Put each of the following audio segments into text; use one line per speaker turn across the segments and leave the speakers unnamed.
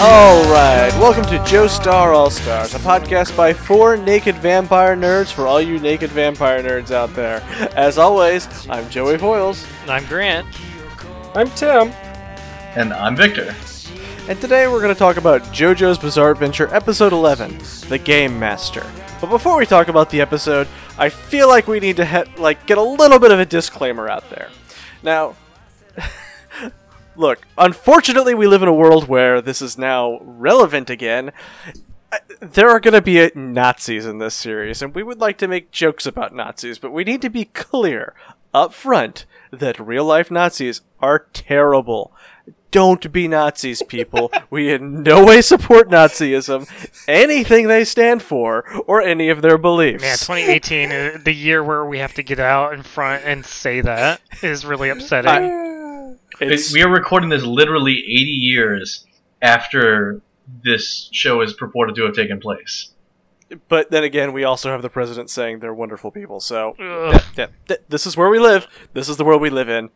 All right, welcome to Joe Star All Stars, a podcast by four naked vampire nerds for all you naked vampire nerds out there. As always, I'm Joey Voiles,
I'm Grant.
I'm Tim.
And I'm Victor.
and today we're going to talk about JoJo's Bizarre Adventure Episode 11, The Game Master. But before we talk about the episode, I feel like we need to he- like get a little bit of a disclaimer out there. Now, look, unfortunately, we live in a world where this is now relevant again. I- There are going to be Nazis in this series, and we would like to make jokes about Nazis, but we need to be clear up front that real life Nazis are terrible. Don't be Nazis, people. we in no way support Nazism, anything they stand for, or any of their beliefs.
Man, 2018, uh, the year where we have to get out in front and say that is really upsetting.
It's-
We are recording this literally 80 years after this show is purported to have taken place.
but then again, we also have the president saying they're wonderful people. So
Ugh.
that, that, that- this is where we live. This is the world we live in.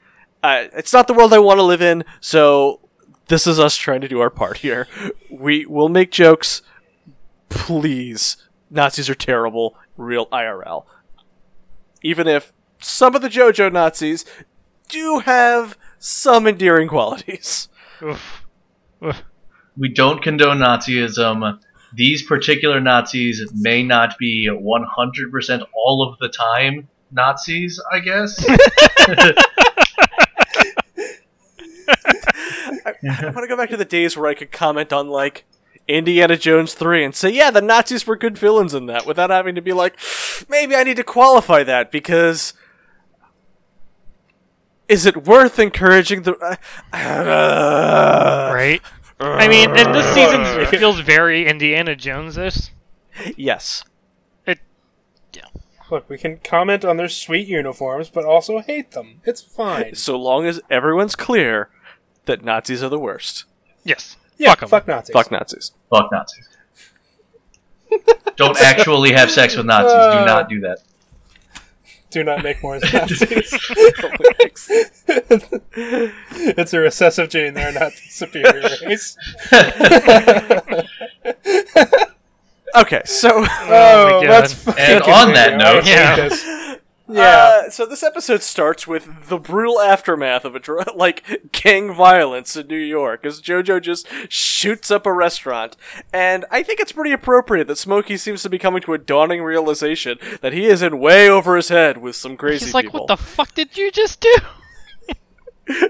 Uh, it's not the world I want to live in. So this is us trying to do our part here. We will make jokes. Please, Nazis are terrible. Real IRL. Even if some of the JoJo Nazis do have some endearing qualities.
Oof.
We don't condone Nazism. These particular Nazis may not be 100% all of the time Nazis, I guess.
I want to go back to the days where I could comment on like Indiana Jones 3 and say, yeah, the Nazis were good villains in that without having to be like, maybe I need to qualify that because is it worth encouraging the
Right? I mean, and this season it feels very Indiana Jones-ish.
Yes.
Look, we can comment on their sweet uniforms, but also hate them. It's fine.
So long as everyone's clear that Nazis are the worst.
Yes.
Yeah,
Fuck 'em.
fuck Nazis.
Fuck Nazis.
Fuck Nazis. Don't actually have sex with Nazis. Do not do that.
Do not make more Nazis. it's a recessive gene. They're not the superior race.
Okay, so
Oh,
God.
let's fucking
And on that
continue. I
note-
hate
Yeah.
this. Yeah.
Uh, so this episode starts with the brutal aftermath of a dr- like gang violence in New York as JoJo just shoots up a restaurant, and I think it's pretty appropriate that Smokey seems to be coming to a dawning realization that he is in way over his head with some crazy
He's like,
people.
what the fuck did you just do?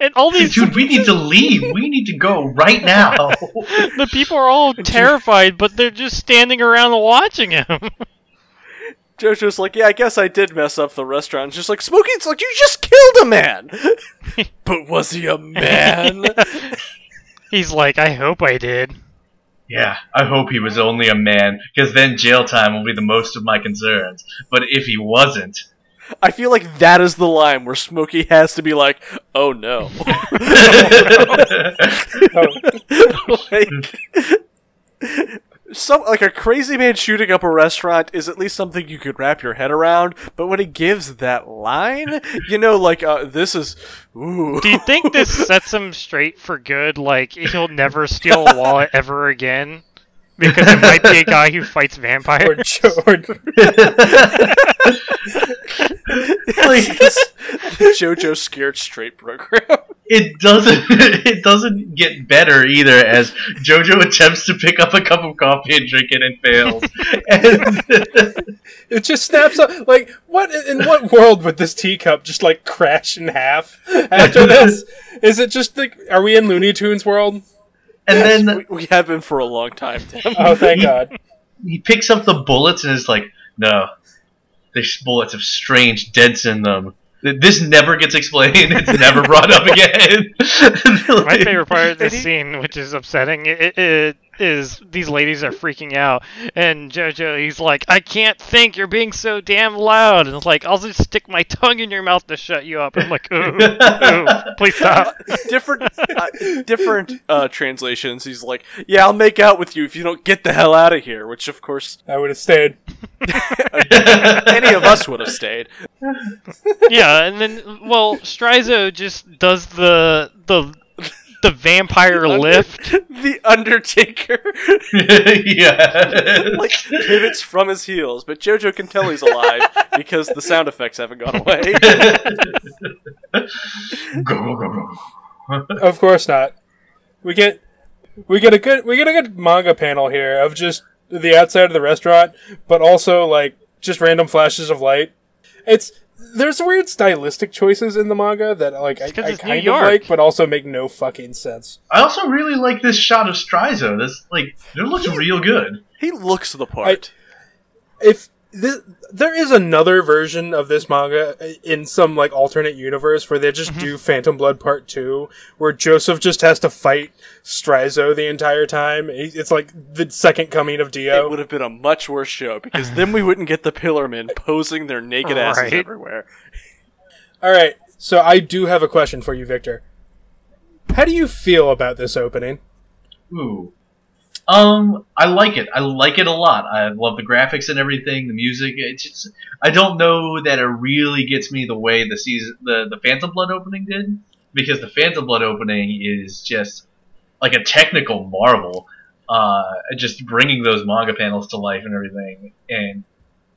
and all these
Dude, we need to leave. We need to go right now.
the people are all terrified, but they're just standing around watching him.
JoJo's like, yeah, I guess I did mess up the restaurant. It's just like Smokey's like, you just killed a man, but was he a man?
He's like, I hope I did.
Yeah, I hope he was only a man, because then jail time will be the most of my concerns. But if he wasn't,
I feel like that is the line where Smokey has to be like, oh no.
Oh,
like some like a crazy man shooting up a restaurant is at least something you could wrap your head around but when he gives that line you know like uh, this is ooh
Do you think this sets him straight for good? Like he'll never steal a wallet ever again because it might be a guy who fights
or,
vampires.
Jo- or
like this- the jojo scared straight program
it doesn't it doesn't get better either as Jojo attempts to pick up a cup of coffee and drink it and fails. And
It just snaps up. Like, what in what world would this teacup just like crash in half after this? Is it just like, are we in Looney Tunes world?
and then
we, we have been for a long time Tim.
Oh, thank God.
he picks up the bullets and is like, "No, these bullets have strange dents in them. Th- This never gets explained. It's never brought up again."
My favorite part of
Did he-
this scene, which is upsetting, i i is these ladies are freaking out, and JoJo, he's like, "I can't think. You're being so damn loud." And it's like, "I'll just stick my tongue in your mouth to shut you up." I'm like, "Ooh, ooh please stop."
different uh, different uh, translations he's like yeah i'll make out with you if you don't get the hell out of here which of course
I would have stayed.
any of us would have stayed
yeah, and then well, Strizo just does the the the vampire lift.
the Undertaker
yeah.
like pivots from his heels, but JoJo can tell he's alive because the sound effects haven't gone away.
go, go, go, go.
Of course not. We get we get a good we get a good manga panel here of just the outside of the restaurant, but also like just random flashes of light. It's there's weird stylistic choices in the manga that like I,
'cause
I
it's New
kind of
York.
like, but also make no fucking sense.
I also really like this shot of Strizo. This like it looks real good.
He looks the part.
If this, there is another version of this manga uh, in some like alternate universe where they just
Mm-hmm.
do Phantom Blood Part Two, where Joseph just has to fight Strizo the entire time. It- It's like the second coming of Dio.
it would have been a much worse show because then we wouldn't get the Pillar Men posing their naked asses
Right.
everywhere.
All right. So I do have a question for you, Victor. How do you feel about this opening?
Ooh. Um, I like it. I like it a lot. I love the graphics and everything. The music. It's just, I don't know that it really gets me the way the season, the the Phantom Blood opening did, because the Phantom Blood opening is just like a technical marvel. Uh, just bringing those manga panels to life and everything. And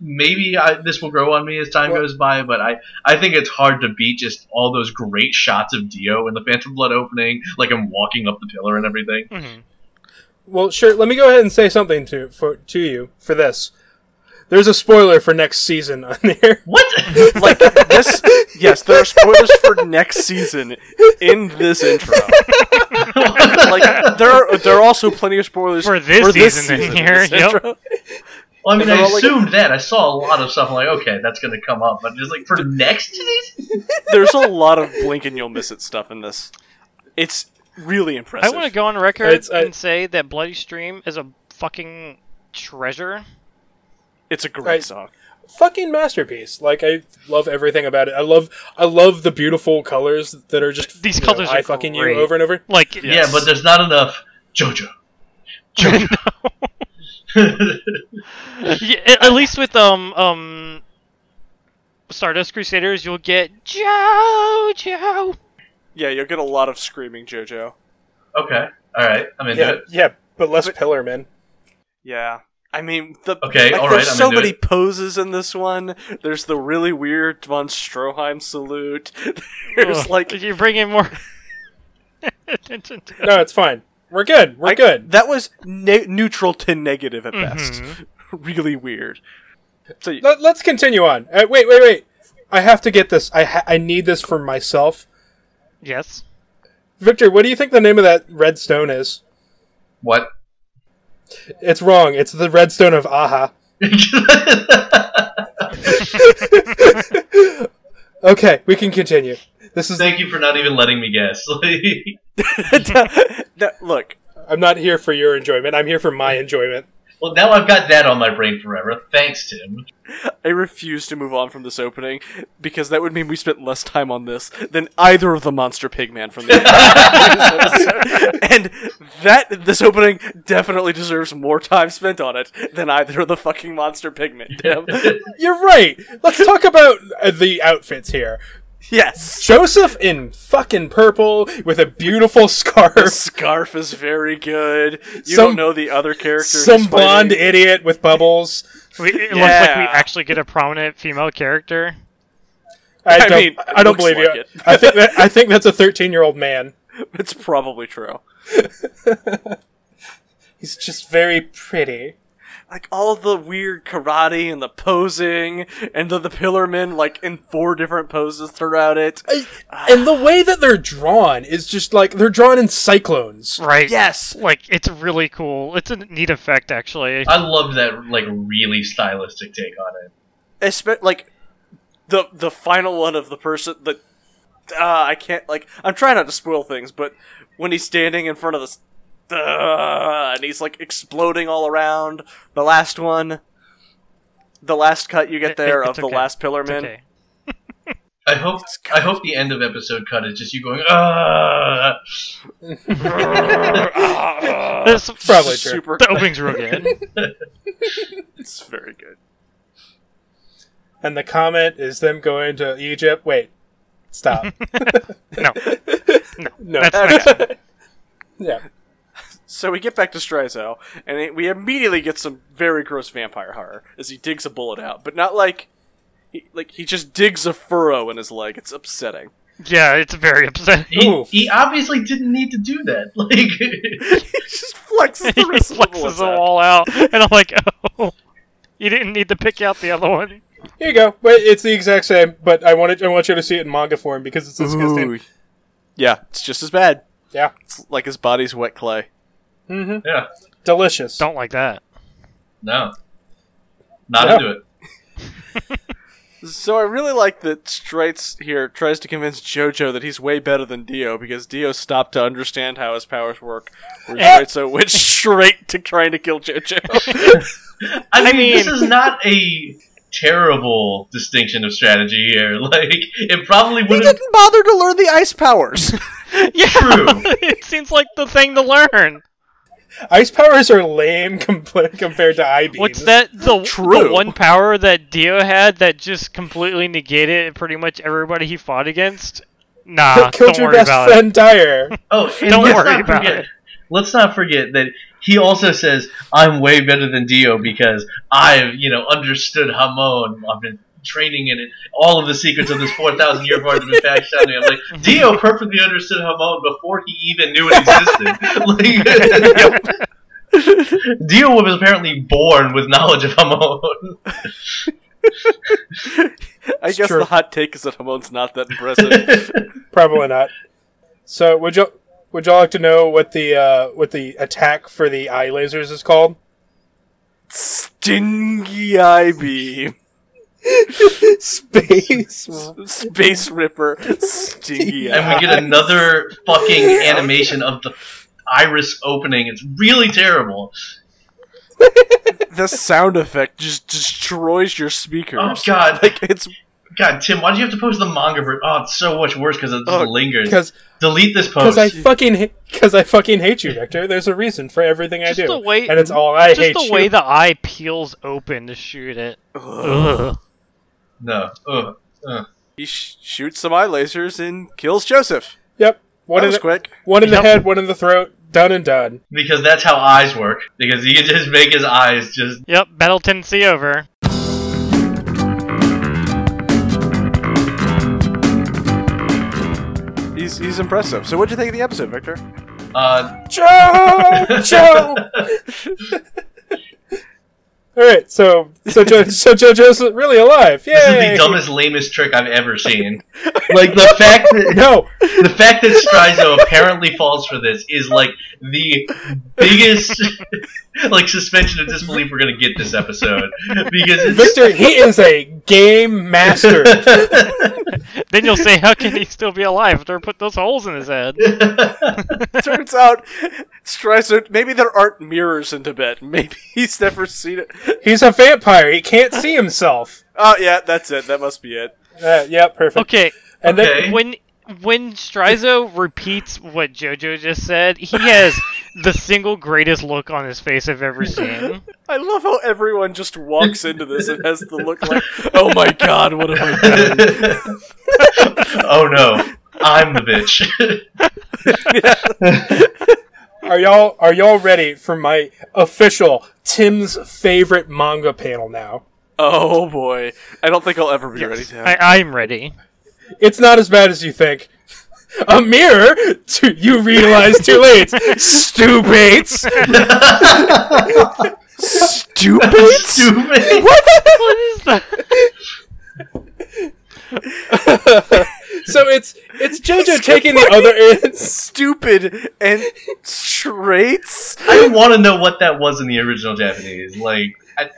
maybe I, this will grow on me as time
Well-
goes by, but I I think it's hard to beat just all those great shots of Dio in the Phantom Blood opening, like him walking up the pillar and everything.
Mhm.
Well, sure. Let me go ahead and say something to for to you for this. There's a spoiler for next season on there.
What?
Like this, yes, there are spoilers for next season in this intro. Like there, are, there are also plenty of spoilers
For this season in here,
this
yep.
intro.
Well, I mean,
And
I
they're all like-
assumed that. I saw a lot of stuff. I'm like, okay, that's going to come up. But just like, for next season?
There's a lot of blink and you'll miss it stuff in this. It's really
I
impressive.
want to go on record
It's- I-
and say that Bloody Stream is a fucking treasure.
It's a great
Right.
song.
Fucking masterpiece. Like I love everything about it. I love I love the beautiful colors that are just
These
you know,
colors
I
are
fucking
great.
you over and over.
Like,
Yes.
Yeah, but there's not enough JoJo. JoJo.
yeah, a- at least with um um Stardust Crusaders, you'll get JoJo.
Yeah, you'll get a lot of screaming JoJo.
okay. All right. I'm into
Yeah,
it.
yeah, but less pillar man.
Yeah. I mean, the
Okay,
like,
all
there's
right, I'm
so
into
many
it.
poses in this one. There's the really weird von Stroheim salute. There's
Ugh,
like
you bring in more attention to
No, it's fine. We're good. We're
I-
good.
That was ne- neutral to negative at best.
Mhm.
really weird. So
Let, let's continue on. Uh, wait, wait, wait. I have to get this. I ha- I need this for myself.
Yes.
Victor, what do you think the name of that red stone is?
What?
It's wrong. It's the red stone of Aha. Okay, we can continue. This is.
Thank you for not even letting me guess. well,
that, look,
I'm not here for your enjoyment. I'm here for my enjoyment.
now I've got that on my brain forever. Thanks, Tim.
I refuse to move on from this opening because that would mean we spent less time on this than either of the monster pigman from the episode. and that this opening definitely deserves more time spent on it than either of the fucking monster pigmen. Damn.
You're right. Let's talk about uh, the outfits here.
yes.
Joseph in fucking purple with a beautiful scarf.
Scarf is very good. You
Some-
don't know the other characters.
Some blonde idiot with bubbles.
We, it looks like we
Yeah.
actually get a prominent female character.
I
I
don't.
mean,
I don't
it looks
believe
like
you.
it.
I think that. I think that's a 13 year old man.
It's probably true.
He's just very pretty.
like all the weird karate and the posing and the, the pillar men like in four different poses throughout it
I- and the way that they're drawn is just like they're drawn in cyclones.
Right.
yes
Like it's really cool. It's a neat effect actually.
I love that, like, really stylistic take on it.
Espe- like the the final one of the person the uh, i can't like i'm trying not to spoil things but when he's standing in front of this uh, and he's like exploding all around the last one the last cut you
It-
get there
it-
of
it's
the
okay.
last pillar
It's
man
okay.
I hope I hope the end of episode cut is just you going, ah.
Uh,
This-
Probably true.
Ah, super
the opening's real good.
it's very good
And the comment is them going to Egypt. Wait, stop.
No.
no,
That's not
Yeah.
So we get back to Strizo, and it, we immediately get some very gross vampire horror as he digs a bullet out, but not like, he, like he just digs a furrow in his leg. It's upsetting.
Yeah, it's very upsetting.
He,
Ooh.
he obviously didn't need to do that. Like,
he just flexes
he
the rest of the
flexes
bullets
the
out.
wall out, and I'm like, oh, you didn't need to pick out the other one.
Here you go. But it's the exact same. But I wanted I want you to see it in manga form because it's disgusting.
Ooh. Yeah, it's just as bad.
Yeah.
It's like his body's wet clay.
hmm
yeah,
Delicious.
Don't like that.
no, not
Yeah.
into it.
So I really like that Straits here tries to convince JoJo that he's way better than Dio because Dio stopped to understand how his powers work, where
Eh.
Straitso went straight to trying to kill JoJo.
I mean,
I
this
mean-
is not a terrible distinction of strategy here. Like, it probably
he
would have
didn't bother to learn the ice powers.
Yeah,
True.
it seems like the thing to learn.
Ice powers are lame compl- compared to I beams.
What's that? The,
True.
the one power that Dio had that just completely negated pretty much everybody he fought against. Nah,
Killed
Ah, don't
your
worry
best
about
friend, Dyer.
Oh, and
Don't
let's
worry
not
about
forget,
it.
Let's not forget that he also says, "I'm way better than Dio because I've, you know, understood Hamon. I've been training in it. All of the secrets of this 4,000 year war have been passed down to me." I'm like, Dio perfectly understood Hamon before he even knew it existed. Like, Dio was apparently born with knowledge of Hamon.
I
It's
guess
true.
the hot take is that Hamon's not that impressive.
Probably not. So would you would y'all like to know what the uh, what the attack for the eye lasers is called?
Stingy eye beam,
Space.
space ripper, stingy eye.
and we get another fucking animation of the iris opening. It's really terrible.
The sound effect just destroys your speakers.
Oh god.
Like it's
God, Tim, why do you have to post the manga version? Oh, it's so much worse because it just
Oh,
lingers.
Because
Delete this
Oh,
because
post.
I fucking because I fucking hate you, Victor. There's a reason for everything I
Just
do,
the way-
and it's all
it.
I
Just
hate
the
you.
way the eye peels open to shoot it. Ugh.
No. Ugh. Ugh.
he sh- shoots some eye lasers and kills Joseph.
yep. One
That
in
was
the,
quick.
one in the
Yep.
head, one in the throat. Done and done.
Because that's how eyes work. Because you can just make his eyes just.
Yep, battle tendency over.
He's he's impressive. So, what would you think of the episode, Victor?
Uh,
Joe, Joe. All right, so so jo- so JoJo's really alive. Yay!
this is the dumbest, lamest trick I've ever seen. like the fact that
No,
the fact that Strizo apparently falls for this is like the biggest like suspension of disbelief we're gonna get this episode because it's
Victor, he is a game master.
Then you'll say, how can he still be alive after I put those holes in his head?
Turns out, Streisand. Maybe there aren't mirrors in Tibet. Maybe he's never seen it.
He's a vampire. He can't see himself.
Oh yeah, that's it. That must be it.
Uh, yeah, perfect.
Okay,
And
Okay.
when when Strizo repeats what JoJo just said, he has the single greatest look on his face I've ever seen.
I love how everyone just walks into this and has the look like, "Oh my god, what have I done?"
oh no, I'm the bitch.
then, are y'all are y'all ready for my official Tim's favorite manga panel now?
Oh boy, I don't think I'll ever be ready to.
I, I'm ready.
It's not as bad as you think. A mirror? Too- you realize too late. Stupates!
Stupid.
Stupid.
What is that?
So it's it's JoJo taking the other ends.
Stupid and straights.
I want to know what that was in the original Japanese. Like, I,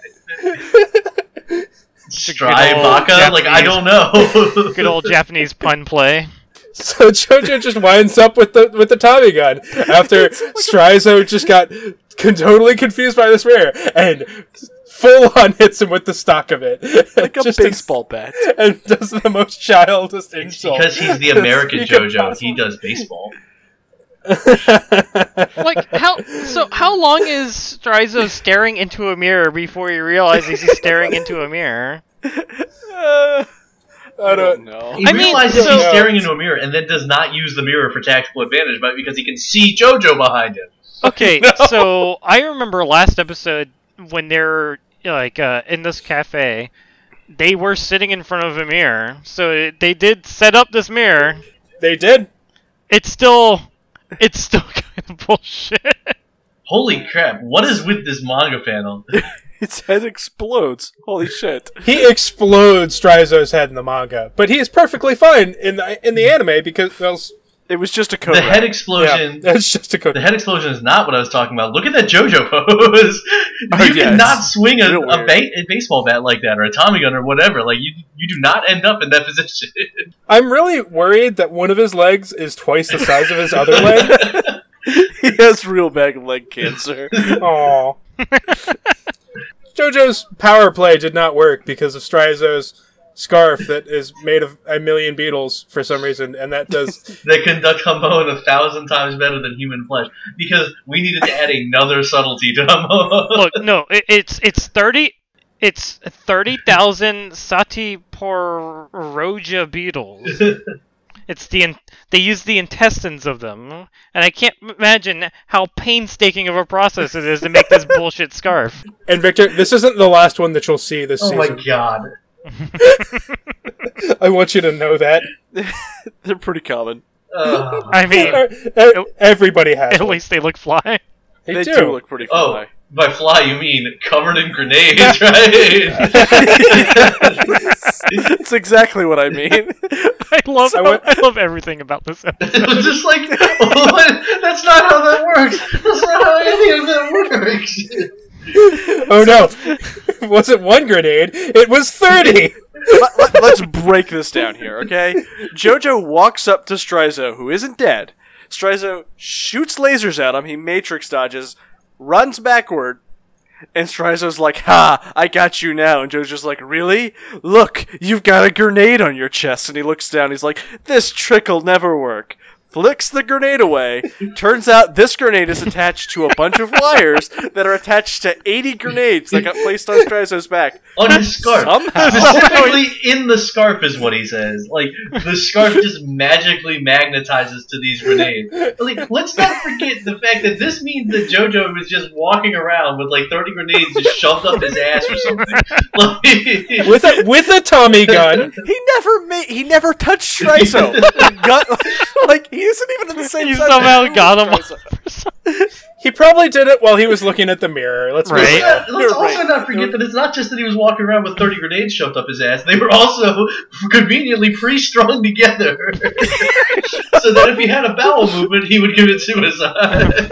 Strybaka? Like, I don't know.
Good old Japanese pun play.
So JoJo just winds up with the with the Tommy gun after Strizo just got con- totally confused by this mirror and full on hits him with the stock of it.
Like a
Just in-
baseball bat.
and does the most childish insult.
because he's the American
Speak of
JoJo,
possible-
he does baseball.
Like how? So how long is Strizo staring into a mirror before he realizes he's staring into a mirror?
Uh,
I don't.
know.
He
I mean,
realizes
so-
he's staring into a mirror and then does not use the mirror for tactical advantage, but because he can see JoJo behind him.
Okay, so I remember last episode when they're like uh, in this cafe, they were sitting in front of a mirror. So they did set up this mirror.
They did.
It's still, it's still kind of bullshit.
Holy crap! What is with this manga fandom?
Its head explodes. Holy shit.
He explodes Strizo's head in the manga, but he is perfectly fine in the in the anime because well, s-
It was just a code.
The
red.
head
yeah,
explosion.
that's just a
The
cookie.
head explosion is not what I was talking about. Look at that JoJo pose. you
Oh, yeah,
cannot
it's
swing a,
real
a,
weird.
ba- a baseball bat like that, or a Tommy gun, or whatever. Like you, you do not end up in that position.
I'm really worried that one of his legs is twice the size of his other leg.
he has real bad leg cancer.
Aww. JoJo's power play did not work because of Strizo's scarf that is made of a million beetles for some reason, and that does.
that conduct Hamon a thousand times better than human flesh because we needed to add another subtlety to Oh Hamon.
Look, no, it, it's it's thirty, it's thirty thousand Satiporoja beetles. It's the in- they use the intestines of them, and I can't imagine how painstaking of a process it is to make this bullshit scarf.
And Victor, this isn't the last one that you'll see this
oh my
season.
god!
I want you to know that.
They're pretty common.
Ugh.
I mean,
Er- Everybody has.
at
one.
least they look fly.
They,
they
do.
do. look pretty
Oh.
fly.
By fly, you mean covered in grenades, right?
That's exactly what I mean.
I love
So what-
I love everything about this episode.
It's just like, what? that's not how that works. That's not how any of that works.
Oh no! it wasn't one grenade. It was thirty.
let, let, let's break this down here, okay? Jojo walks up to Strizo, who isn't dead. Strizo shoots lasers at him. He matrix dodges, runs backward, and Strizo's like, "Ha! I got you now." And Jojo's like, "Really? Look, you've got a grenade on your chest." And he looks down. He's like, "This trick'll never work." Flicks the grenade away. Turns out this grenade is attached to a bunch of wires that are attached to 80 grenades that got placed on Strizo's back.
On his scarf.
Somehow.
Specifically in the scarf is what he says. Like the scarf just magically magnetizes to these grenades. Like let's not forget the fact that this means that JoJo was just walking around with like thirty grenades just shoved up his ass or something. Like,
with a with a Tommy gun.
He never made. He never touched Strizo. The gun- like he isn't even in the same.
You
side
somehow
as
got him.
Strizo.
He probably did it while he was looking at the mirror. Let's be
Right.
Let's,
real.
not, let's
You're
also
right.
not forget that it's not just that he was walking around with 30 grenades shoved up his ass. They were also conveniently pre-strung together. so that if he had a bowel movement, he would commit suicide.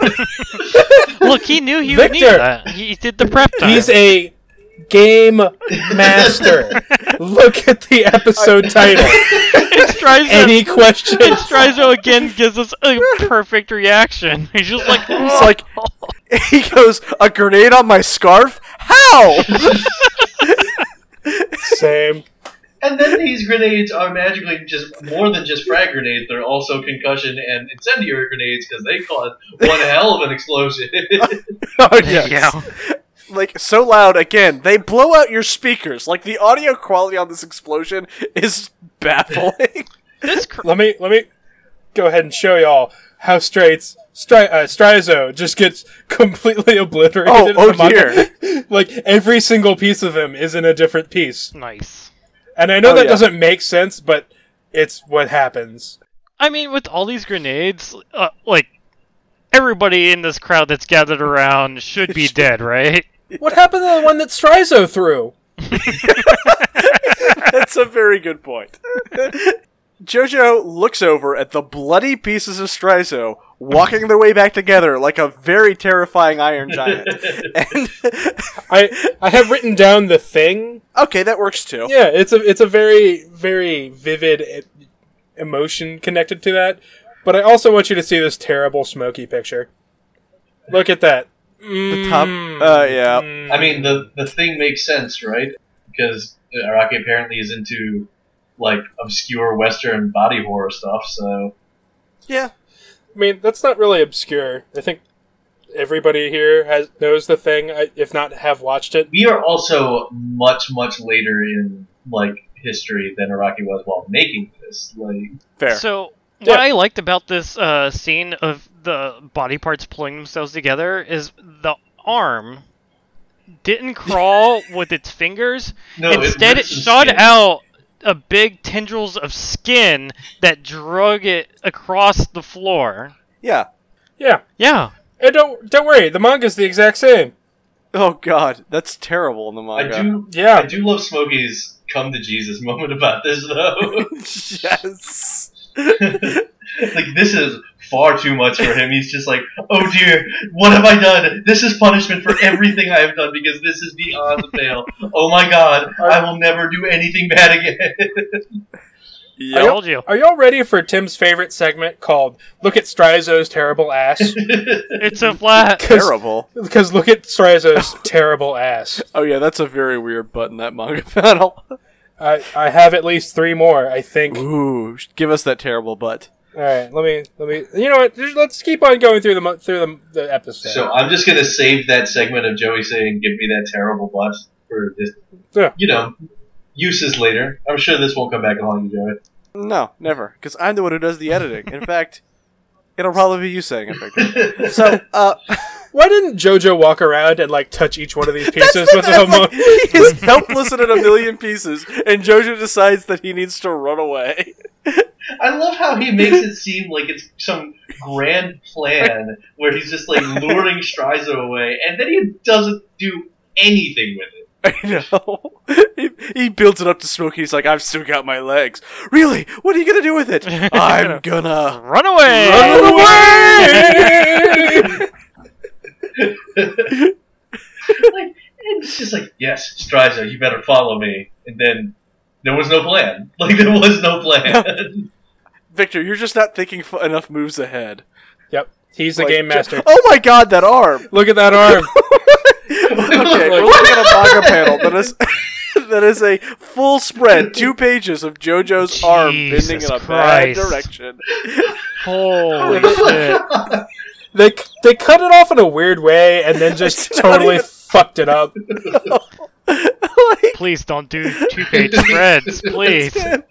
Look, he knew he would need
Victor!
that. He did the prep time.
He's a game master. Look at the episode title.
It's Strizo.
Any questions?
Strizo again gives us a perfect reaction. He's just like,
He's like, he goes a grenade on my scarf. How?
Same.
And then these grenades are magically just more than just frag grenades. They're also concussion and incendiary grenades because they cause one hell of an explosion.
oh
yeah.
Like so loud again. They blow out your speakers. Like the audio quality on this explosion is baffling.
This cr-
Let me let me go ahead and show y'all how straights Stri- uh, Strizo just gets completely obliterated.
Oh,
in
oh
the manga. like every single piece of him is in a different piece.
nice.
And I know
Oh,
that
yeah.
doesn't make sense, but it's what happens.
I mean, with all these grenades, uh, like everybody in this crowd that's gathered around should be dead, right?
What happened to the one that Strizo threw?
That's a very good point. Jojo looks over at the bloody pieces of Strizo walking their way back together like a very terrifying iron giant. And
I I have written down the thing.
okay, that works too.
Yeah, it's a it's a very very vivid e- emotion connected to that. But I also want you to see this terrible smoky picture. Look at that. Mm.
The top. Uh, yeah.
I mean, the the thing makes sense, right? Because Araki apparently is into like obscure Western body horror stuff. So
Yeah.
I mean, that's not really obscure. I think everybody here has knows the thing, I- if not have watched it.
we are also much much later in like history than Araki was while making this. Like,
Fair.
So what
Yeah.
I liked about this uh, scene of the body parts pulling themselves together is the arm didn't crawl with its fingers.
no,
Instead, it
rips and
shot
skins.
out a big tendrils of skin that drug it across the floor.
yeah.
Yeah.
Yeah.
And don't don't worry, the manga's the exact same.
Oh god, that's terrible in the
I
manga.
do,
Yeah.
I do love Smokey's come to Jesus moment about this though.
yes.
like this is far too much for him. He's just like, oh dear, what have I done? This is punishment for everything I have done because this is beyond the pale. Oh my god, I will never do anything bad again.
I
Yep.
told you.
Are y'all ready for Tim's favorite segment called "Look at Strizo's terrible ass"?
It's so flat.
Terrible.
Because look at Strizo's terrible ass.
Oh yeah, that's a very weird button that manga panel.
I I have at least three more. I think.
Ooh, give us that terrible butt.
All right, let me let me. You know what? just- Let's keep on going through the mo- through the, the episode.
so
uh,
I'm just gonna save that segment of Joey saying, "Give me that terrible butt" for this.
Yeah.
You know, uses later. I'm sure this won't come back along, Joey.
No, never, because I'm the one who does the editing. In fact, it'll probably be you saying it. Victor. So, uh,
Why didn't JoJo walk around and like touch each one of these pieces with a
that's
homo?
like, he is helpless and in a million pieces, and Jojo decides that he needs to run away.
I love how he makes it seem like it's some grand plan where he's just like luring Strizo away, and then he doesn't do anything with it.
I know. He, he builds it up to Smokey. He's like, "I've still got my legs. Really? What are you gonna do with it? I'm gonna."
Run away.
Run
away!
Like, and it's just like, yes, Strizo, you better follow me. And then there was no plan. Like there was no plan.
Victor, you're just not thinking f- enough moves ahead.
yep, he's the
Like,
game master.
Oh my god, that arm!
Look at that arm.
Okay, we're looking at a manga panel that is that is a full spread, two pages of JoJo's arm bending
Jesus
in a
Christ.
bad direction.
Holy shit.
they they cut it off in a weird way and then just
It's not
totally
even-
fucked it up.
like,
Please don't do two page spreads, please.
Tim,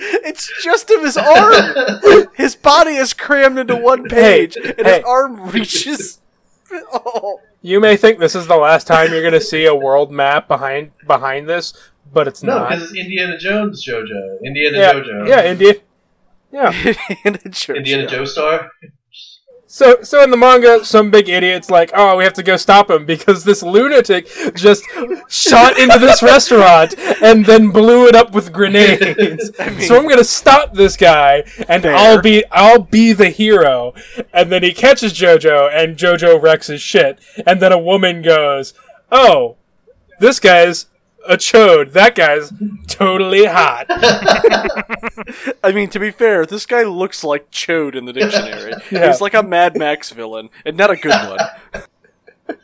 it's just of his arm. His body is crammed into one page, and
hey.
his arm reaches. Oh,
You may think this is the last time you're going to see a world map behind behind this, but it's
no,
not.
because it's Indiana Jones, JoJo. Indiana
yeah,
JoJo.
yeah, India. Yeah.
Indiana Jones.
Indiana
yeah.
Joestar.
So, so in the manga, some big idiot's like, "Oh, we have to go stop him because this lunatic just shot into this restaurant and then blew it up with grenades." so I'm gonna stop this guy, and
Fair.
I'll be, I'll be the hero. And then he catches JoJo, and JoJo wrecks his shit. And then a woman goes, "Oh, this guy's a chode. That guy's totally hot."
I mean, to be fair, this guy looks like Chode in the dictionary.
Yeah.
He's like a Mad Max villain, and not a good one.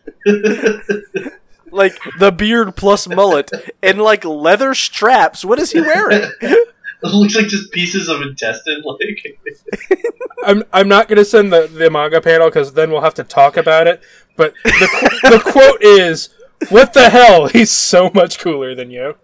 like the beard plus mullet and like leather straps. What is he wearing?
It looks like just pieces of intestine. Like
I'm I'm not going to send the, the manga panel because then we'll have to talk about it. But the, qu- the quote is, "What the hell? He's so much cooler than you."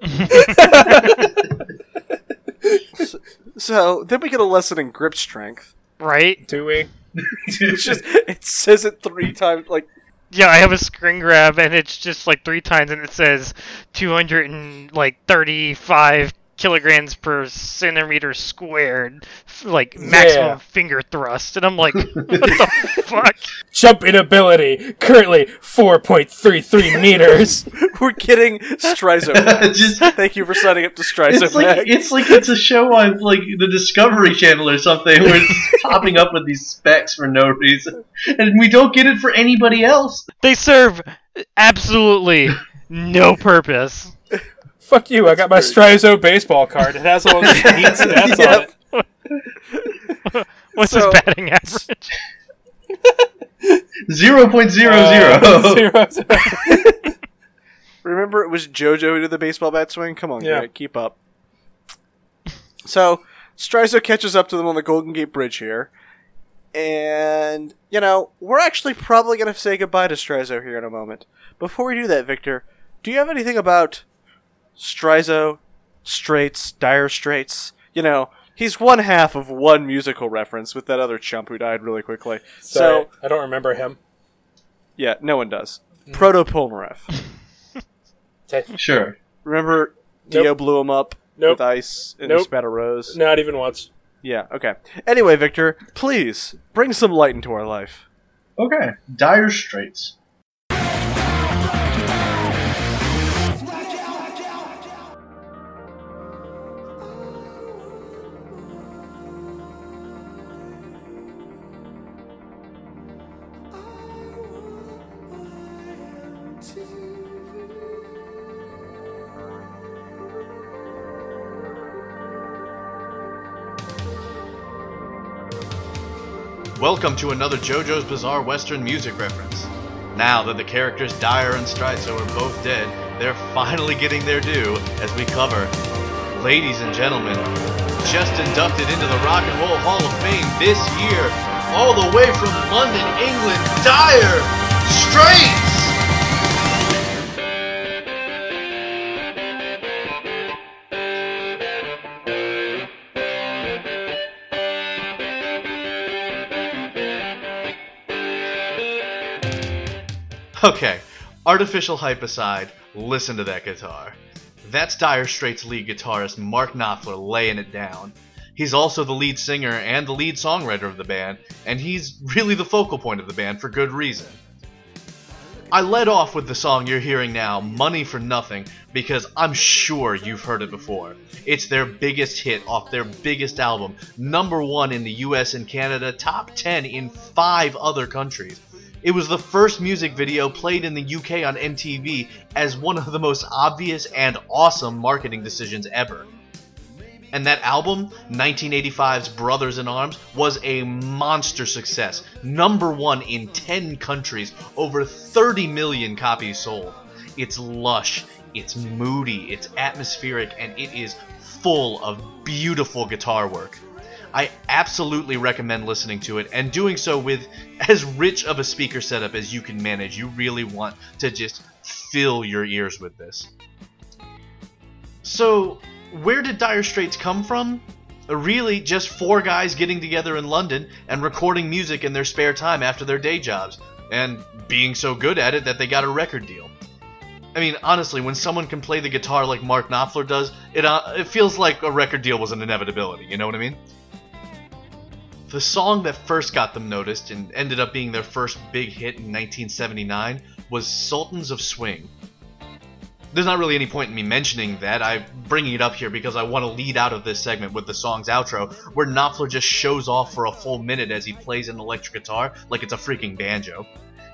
So then we get a lesson in grip strength.
Right?
Do we?
It's just it says it three times. Like
Yeah, I have a screen grab and it's just like three times and it says 200 and like 35 kilograms per centimeter squared, f- like maximum
Yeah.
finger thrust. And I'm like, what the fuck?
Jumping ability currently four point three three meters.
we're getting Strizo. facts.
Just-
Thank you for signing up to Strizo.
it's like
facts.
it's like it's a show on like the Discovery Channel or something where it's popping up with these specs for no reason, and we don't get it for anybody else.
They serve absolutely no purpose.
Fuck you! I got my Strizo baseball card. It has all the neat stats on it.
Yep.
What's
So-
his batting average?
Zero point zero
Uh,
zero.
zero, zero.
Remember, it was JoJo who did the baseball bat swing. Come on,
Yeah.
Greg, keep up. So Strizo catches up to them on the Golden Gate Bridge here, and you know we're actually probably gonna say goodbye to Strizo here in a moment. Before we do that, Victor, do you have anything about Strizo Straits, Dire Straits. You know, he's one half of one musical reference with that other chump who died really quickly.
Sorry,
So
I don't remember him.
yeah, no one does.
Mm-hmm.
Proto Polnareff.
Te-
Sure.
Remember
Nope.
Dio blew him up
Nope.
with ice and he
Nope.
spat a rose.
Not even once.
Yeah. Okay. Anyway, Victor, please bring some light into our life.
Okay. Dire Straits. Welcome to another JoJo's Bizarre Western music reference. Now that the characters Dire and Stritzo are both dead, they're finally getting their due as we cover, ladies and gentlemen, just inducted into the Rock and Roll Hall of Fame this year, all the way from London, England, Dire Straits! Okay, artificial hype aside, listen to that guitar. That's Dire Straits lead guitarist Mark Knopfler laying it down. He's also the lead singer and the lead songwriter of the band, and he's really the focal point of the band for good reason. I led off with the song you're hearing now, Money for Nothing, because I'm sure you've heard it before. It's their biggest hit off their biggest album, number one in the US and Canada, top 10 in five other countries. It was the first music video played in the UK on MTV as one of the most obvious and awesome marketing decisions ever. And that album, 1985's Brothers in Arms, was a monster success. Number one in 10 countries, over 30 million copies sold. It's lush, it's moody, it's atmospheric, and it is full of beautiful guitar work. I absolutely recommend listening to it and doing so with as rich of a speaker setup as you can manage. You really want to just fill your ears with this. So, where did Dire Straits come from? Uh, Really, just four guys getting together in London and recording music in their spare time after their day jobs, and being so good at it that they got a record deal. I mean, honestly, when someone can play the guitar like Mark Knopfler does, it, uh, it feels like a record deal was an inevitability, you know what I mean? The song that first got them noticed and ended up being their first big hit in 1979 was Sultans of Swing there's not really any point in me mentioning that. I'm bringing it up here because I want to lead out of this segment with the song's outro, where Knopfler just shows off for a full minute as he plays an electric guitar like it's a freaking banjo.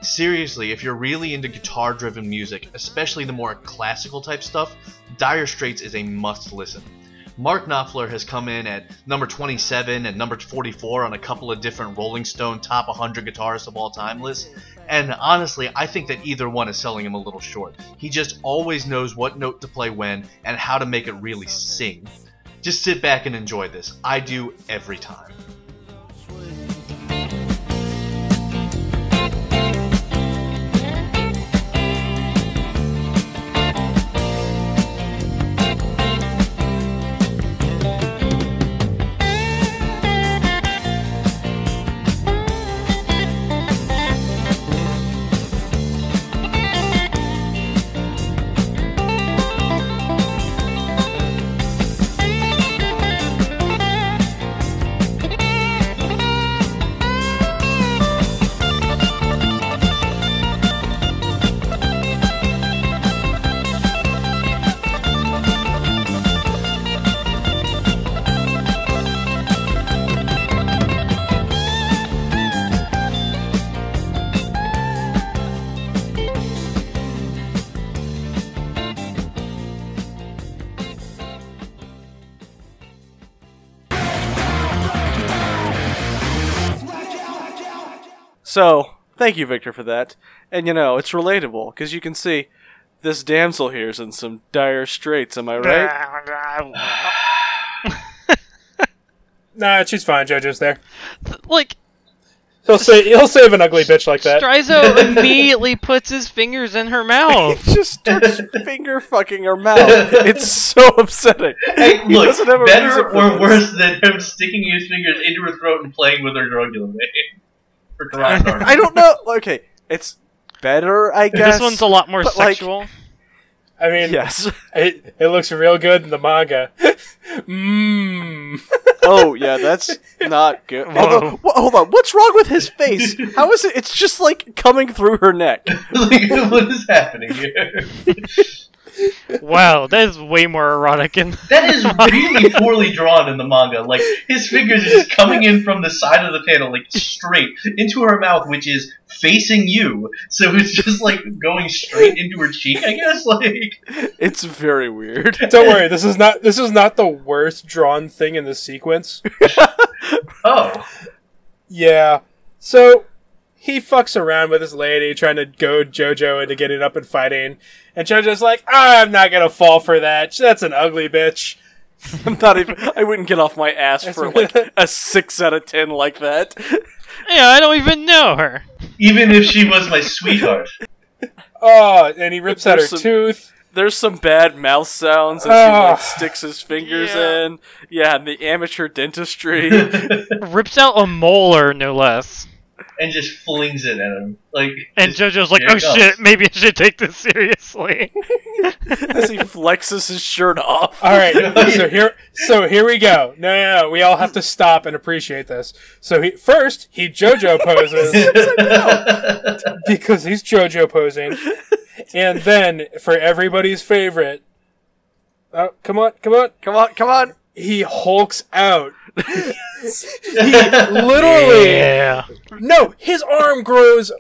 Seriously, if you're really into guitar driven music, especially the more classical type stuff, Dire Straits is a must listen. Mark Knopfler has come in at number 27 and number 44 on a couple of different Rolling Stone top 100 guitarists of all time lists. And honestly, I think that either one is selling him a little short. He just always knows what note to play when and how to make it really sing. Just sit back and enjoy this. I do every time.
So, thank you, Victor, for that. And you know, it's relatable because you can see this damsel here's in some dire straits. Am I right?
Nah, she's fine. JoJo's there.
like
He'll say he'll save an ugly bitch like that.
Strizo immediately puts his fingers in her mouth.
He just starts finger fucking her mouth. It's so upsetting.
Hey,
He
look,
doesn't have a reason
better
for
or
this.
worse than him sticking his fingers into her throat and playing with her drugula. For karate arm.
I don't know. Okay, it's better, I guess.
this one's a lot more
but, like-
sexual.
I mean,
yes.
it, it looks real good in the manga. Mmm.
Oh yeah, that's not good. Although, wha- hold on, what's wrong with his face? How is it? It's just like coming through her neck.
like, what is happening here?
wow, that is way more erotic. In-
That is really poorly drawn in the manga. Like his fingers are just coming in from the side of the panel, like straight into her mouth, which is facing you. So it's just like going straight into her cheek, I guess. Like
It's very weird.
Don't worry, this is not this is not the worst drawn thing in this sequence.
oh,
Yeah. So he fucks around with this lady trying to goad JoJo into getting up and fighting, and JoJo's like, "I'm not gonna fall for that. That's an ugly bitch."
I'm not even. I wouldn't get off my ass for like a six out of ten like that.
yeah, I don't even know her.
even if she was my sweetheart,
Oh, and he rips out her
There's some-
tooth.
There's some bad mouth sounds as he
Ah.
like sticks his fingers
Yeah.
in. Yeah, and the amateur dentistry.
and
Rips out a molar, no less.
just flings it at him. Like
And
just,
JoJo's like,
Here it
oh
goes."
shit, maybe I should take this seriously.
as he flexes his shirt off.
All right, so here, so here we go. No, no, no. We all have to stop and appreciate this. So he first he JoJo poses because he's JoJo posing, and then for everybody's favorite, oh come on, come on,
Come on, come on.
he hulks out. he literally
yeah.
no, his arm grows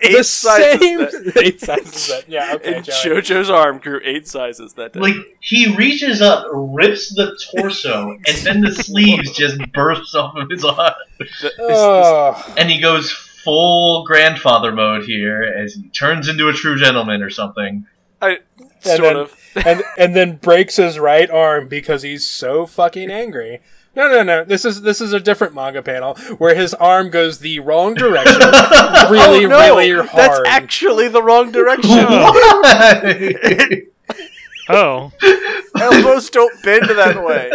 Eight
the
sizes
same.
that-
Eight sizes. That. Yeah, okay,
And
Joey.
JoJo's arm grew eight sizes that day.
like he reaches up, rips the torso, and then the sleeves just bursts off of his arm.
Th-
Oh,
and he goes full grandfather mode here as he turns into a true gentleman or something.
I,
And
sort
then-
of.
and and then breaks his right arm because he's so fucking angry. No, no, no. This is this is a different manga panel where his arm goes the wrong direction, really,
oh, no,
really hard.
That's actually the wrong direction.
Why?
Oh.
Elbows don't bend that way.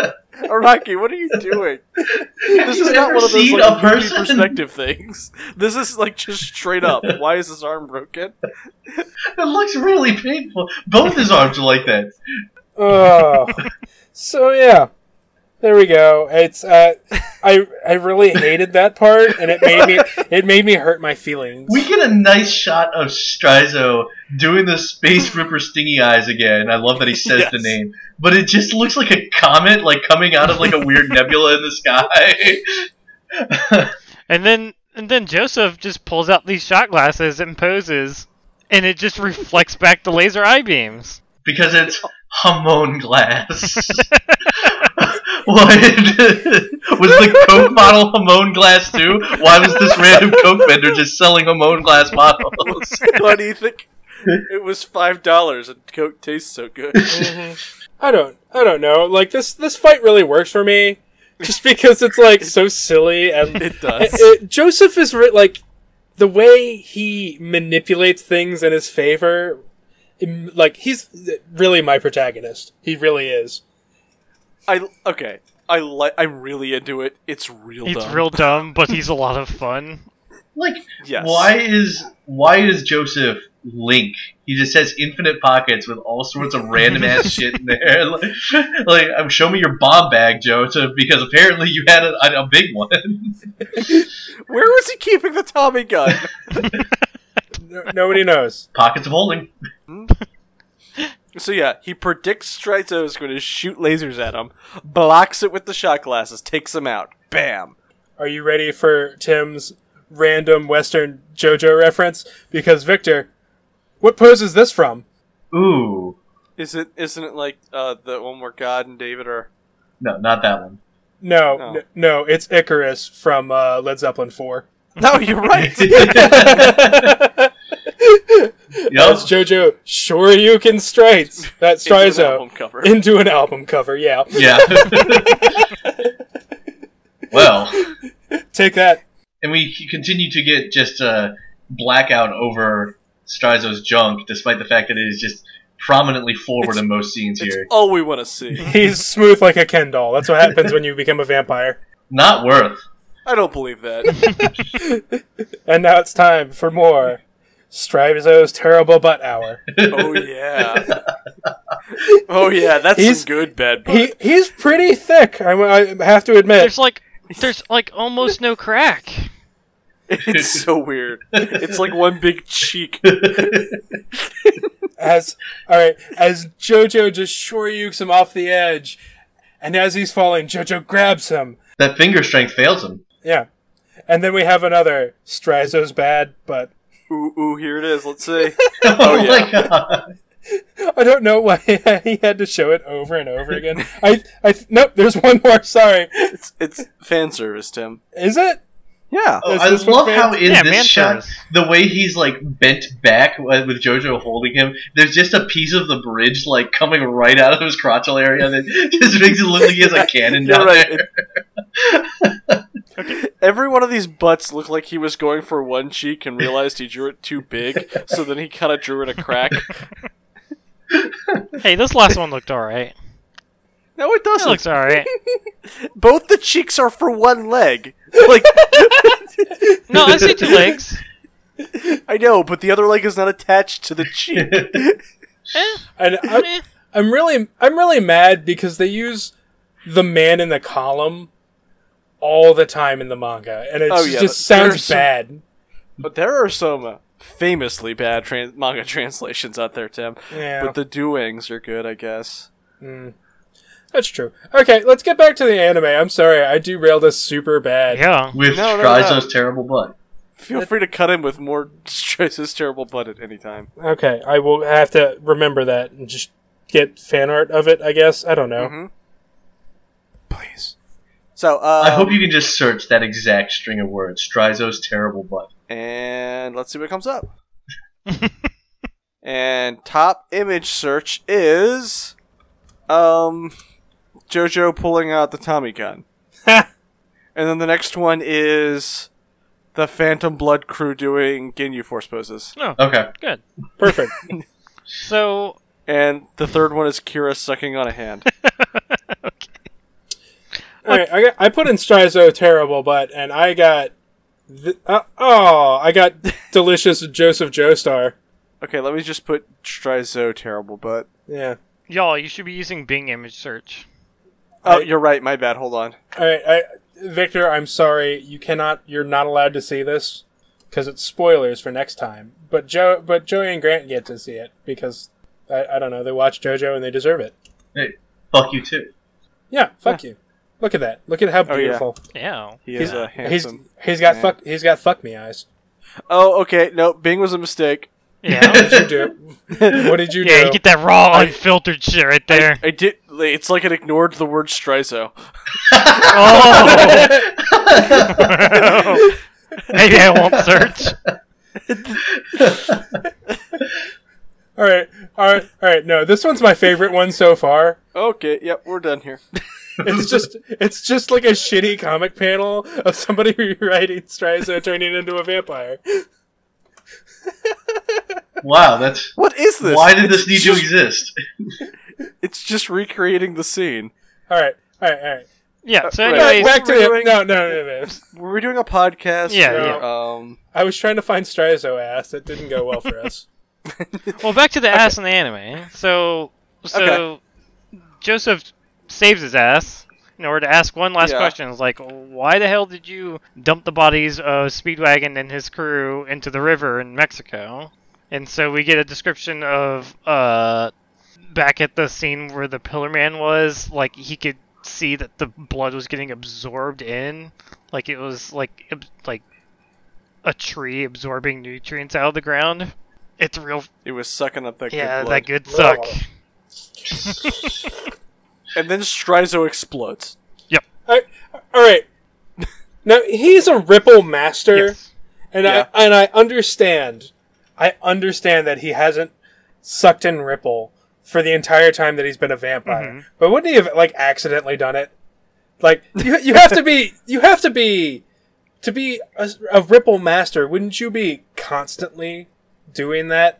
Araki, what are you doing? This
you
is not
ever
one of those
seen
like,
a
movie
person?
perspective things. This is like just straight up. Why is his arm broken?
it looks really painful. Both his arms are like that.
Oh, so yeah, there we go. It's uh, I I really hated that part, and it made me it made me hurt my feelings.
We get a nice shot of Strizo doing the Space Ripper Stingy Eyes again. I love that he says the
Yes.
name. But it just looks like a comet like coming out of like a weird nebula in the sky.
And then and then Joseph just pulls out these shot glasses and poses and it just reflects back the laser eye beams.
Because it's hormone glass. what? was the Coke bottle hormone glass too? Why was this random Coke vendor just selling hormone glass bottles?
Why do you think it was five dollars and Coke tastes so good?
I don't I don't know. Like this this fight really works for me, just because it's like so silly and
It does.
Uh, uh, Joseph is re- like the way he manipulates things in his favor. im- Like he's really my protagonist. He really is.
I okay. I like. I'm really into it. It's real.
He's
dumb.
real dumb, but he's a lot of fun.
Like,
Yes.
why is why is Joseph Link? He just has infinite pockets with all sorts of random ass shit in there. Like, like, um, show me your bomb bag, Joseph, because apparently you had a, a, a big one.
Where was he keeping the Tommy gun?
No, nobody knows.
Pockets of holding.
So yeah, he predicts Strizo is going to shoot lasers at him, blocks it with the shot glasses, takes him out. Bam.
Are you ready for Tim's random Western JoJo reference? Because Victor, what pose is this from?
Ooh,
Is it? Isn't it like uh, the one where God and David are?
no, not that one.
No,
Oh.
n- no, it's Icarus from uh, Led Zeppelin Four.
No, you're right.
Yup.
That's JoJo. Sure, you can straight that
It's an album
Strizo
cover.
into an album cover. Yeah,
Yeah. well,
take that.
and we c- continue to get just uh, blackout over Strizo's junk, despite the fact that it is just prominently forward
It's-
in most scenes
It's
here.
all we want to see.
He's smooth like a Ken doll. That's what happens when you become a vampire.
Not worth.
I don't believe that.
And now it's time for more Strizo's terrible butt hour.
Oh yeah. Oh yeah, that's
He's-
some good bad butt.
He he's pretty thick. I, I have to admit.
There's like there's like almost no crack.
it's so weird. It's like one big cheek.
As all right, as Jojo just shore yukes him off the edge, and as he's falling, Jojo grabs him.
That finger strength fails him.
Yeah, and then we have another Strizo's bad butt.
Ooh, ooh, here it is. Let's see.
Oh,
yeah.
my god.
I don't know why he had to show it over and over again. I I nope. There's one more. Sorry,
It's it's fan service, Tim.
is it?
Yeah.
Oh,
Is
I
this what
love
fans-
how in
Yeah,
this
man
shot,
service.
the way he's like bent back uh, with JoJo holding him, there's just a piece of the bridge like coming right out of his crotchal area that just makes it look like he has a cannon
You're
down
right.
there.
Every one of these butts looked like he was going for one cheek and realized he drew it too big, so then he kind of drew it a crack.
Hey, this last one looked alright.
No, it
It
doesn't.
looks alright.
Both the cheeks are for one leg. Like
No, I see two legs.
I know, but the other leg is not attached to the cheek.
Eh,
And I,
eh.
I'm really I'm really mad because they use the man in the column all the time in the manga, and it
Oh, yeah,
just
but there's
sounds
some-
bad.
But there are some uh, famously bad trans- manga translations out there, Tim.
Yeah,
But the doings are good, I guess.
that's true. Okay, let's get back to the anime. I'm sorry, I derailed us super bad.
Yeah.
With
No, no,
Strizo's terrible butt.
Feel free to cut in with more Stress's terrible butt at any time.
Okay, I will have to remember that and just get fan art of it. I guess I don't know.
Mhm. Please. So, uh,
I
Um,
hope you can just search that exact string of words. Strizo's terrible butt.
and let's see what comes up. and top image search is, um, JoJo pulling out the Tommy gun. And then the next one is the Phantom Blood crew doing Ginyu Force poses.
Okay.
Good.
Perfect.
So
And the third one is Kira sucking on a hand.
All right, I, got, I put in Strizo terrible, but and I got th- uh, oh, I got delicious Joseph Joestar.
okay, let me just put Strizo terrible butt.
Yeah.
y'all, you should be using Bing image search.
Oh,
I-
you're right. My bad. Hold on.
All right, I, Victor, I'm sorry. You cannot. You're not allowed to see this because it's spoilers for next time. But Joe, but Joey and Grant get to see it because I, I don't know. They watch JoJo and they deserve it.
Hey, fuck you too.
Yeah. Fuck you. Look at that. Look at how
Oh, yeah.
beautiful.
Yeah.
He is a
He's
handsome.
he's got
man.
fuck he's got fuck me eyes.
Oh, okay. No, Bing was a mistake.
Yeah.
What did you do? what did you
Yeah,
do?
you get that raw, unfiltered shit right there.
I did. It's like it ignored the word Strizo.
Oh! Maybe I won't search.
All right, all right, all right. No, this one's my favorite one so far.
Okay. Yep. We're done here.
It's just, it's just like a shitty comic panel of somebody rewriting Strizo turning into a vampire.
Wow, that's.
What is this?
Why did this
It's
need to
just-
exist?
It's just recreating the scene.
All right, all right, all right.
Yeah, so
Uh,
No,
right.
anyways,
back to the,
doing-
no, no, no, no.
Were we doing a podcast?
Yeah,
Or, Um.
I was trying to find Strizo ass. That didn't go well for us.
well, back to the ass in the anime. So, so Joseph saves his ass in order to ask one last
Yeah.
question. It's like, why the hell did you dump the bodies of Speedwagon and his crew into the river in Mexico? And so we get a description of uh, back at the scene where the Pillar Man was, like he could see that the blood was getting absorbed in, like it was like ab- like a tree absorbing nutrients out of the ground. It's real,
It was sucking up that
yeah,
good blood.
that good suck.
And then Strizo explodes.
All right. Now he's a ripple master.
Yes.
And
Yeah.
I and I understand. I understand that he hasn't sucked in Ripple for the entire time that he's been a vampire.
Mm-hmm.
But wouldn't he have like accidentally done it? Like you, you have to be you have to be to be a, a Ripple master, wouldn't you be constantly doing that?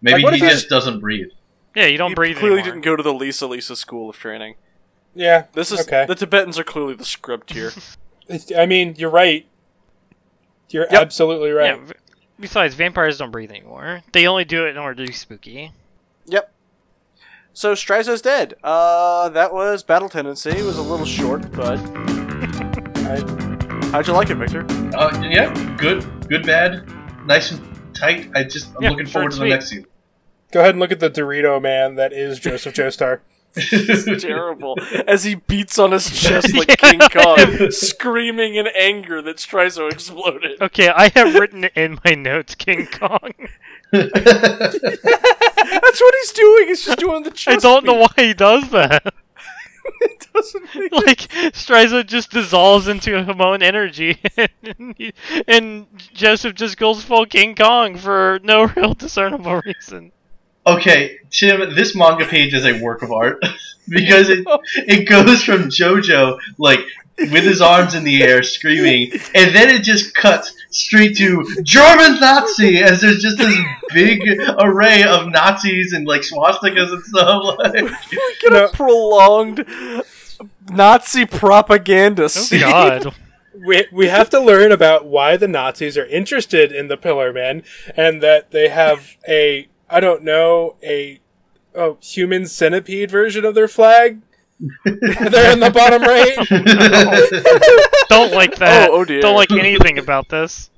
Maybe
Like, what
he
if I-
just doesn't breathe.
Yeah, you don't
You
breathe
clearly
anymore.
didn't go to the Lisa Lisa school of training.
Yeah,
This is
okay.
the Tibetans are clearly the script here.
I mean, you're right. You're
Yep.
absolutely right.
Yeah, v- besides, vampires don't breathe anymore. They only do it in order to be spooky.
Yep. So Strizo's dead. Uh, that was Battle Tendency. It was a little short, but
I-
how'd you like it, Victor?
Uh, yeah, good, good, bad, nice and tight. I just I'm
Yeah,
looking forward
short and
to
sweet.
the next season.
go ahead and look at the Dorito man that is Joseph Joestar.
Terrible. As he beats on his chest like King Kong, screaming in anger that Strizo exploded.
Okay, I have written in my notes King Kong.
That's what he's doing. He's just doing the
I
chest.
don't know
beat.
why he does that.
It doesn't make
Like Striza just dissolves into Hamon energy, and, he- and Joseph just goes full King Kong for no real discernible reason.
okay, Tim, this manga page is a work of art because it it goes from JoJo like with his arms in the air screaming, and then it just cuts straight to German Nazi as there's just this big array of Nazis and like swastikas and stuff. Like,
we get
No.
a prolonged Nazi propaganda
Oh
scene.
God!
We, we have to learn about why the Nazis are interested in the Pillar Men and that they have a, I don't know, a oh, human centipede version of their flag. They're in the bottom right.
Oh. Don't like that.
Oh, oh dear.
Don't like anything about this.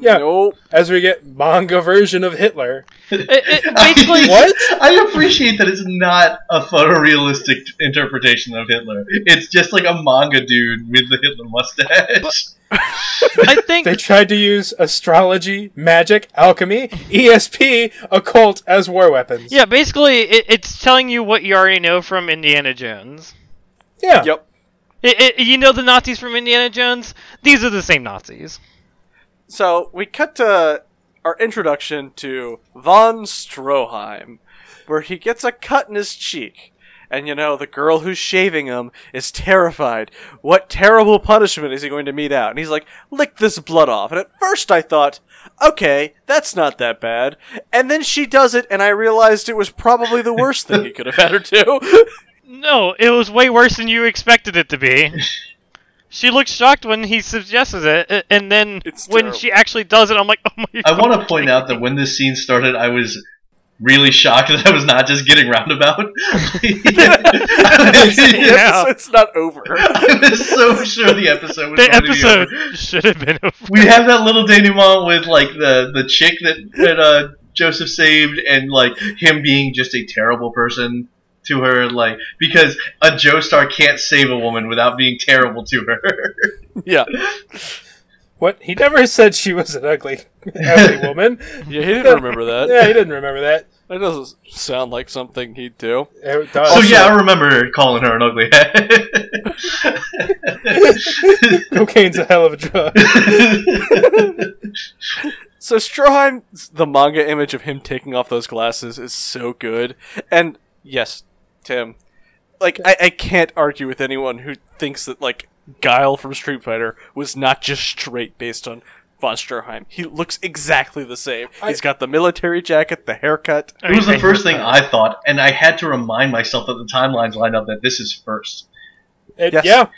Yeah.
Nope.
As we get manga version of Hitler.
It, it basically
What?
I appreciate that it's not a photorealistic interpretation of Hitler. It's just like a manga dude with the Hitler mustache.
I think
They tried to use astrology, magic, alchemy, ESP, occult as war weapons.
yeah. Basically, it, it's telling you what you already know from Indiana Jones.
Yeah.
Yep.
It, it, you know the Nazis from Indiana Jones. These are the same Nazis.
So we cut to our introduction to von Stroheim, where he gets a cut in his cheek. And you know, the girl who's shaving him is terrified. What terrible punishment is he going to mete out? And he's like, lick this blood off. And at first I thought, okay, that's not that bad. And then she does it, and I realized it was probably the worst thing he could have had her do.
No, it was way worse than you expected it to be. she looks shocked when he suggests it, a- and then
It's
when
terrible.
she actually does it, I'm like, oh my.
I want to point out that when this scene started, I was really shocked that I was not just getting roundabout. I
Yeah.
So it's not over.
was so sure the episode was
The
going to be over.
episode should have been over.
we have that little denouement with like the the chick that that uh, Joseph saved, and like him being just a terrible person to her, like because a Joestar can't save a woman without being terrible to her.
Yeah.
What? He never said she was an ugly, ugly woman.
Yeah, he didn't remember that.
Yeah, he didn't remember that.
That doesn't sound like something he'd do.
It
so
does.
yeah, I remember calling her an ugly head.
cocaine's a hell of a drug.
So Stroheim, the manga image of him taking off those glasses is so good. And yes, Tim, like I, I can't argue with anyone who thinks that like Guile from Street Fighter was not just straight based on von Stroheim. He looks exactly the same.
I-
He's got the military jacket, the haircut.
I
It was the
mean,
first thing I thought, and I had to remind myself that the timelines lined up that this is first.
It-
Yes.
Yeah,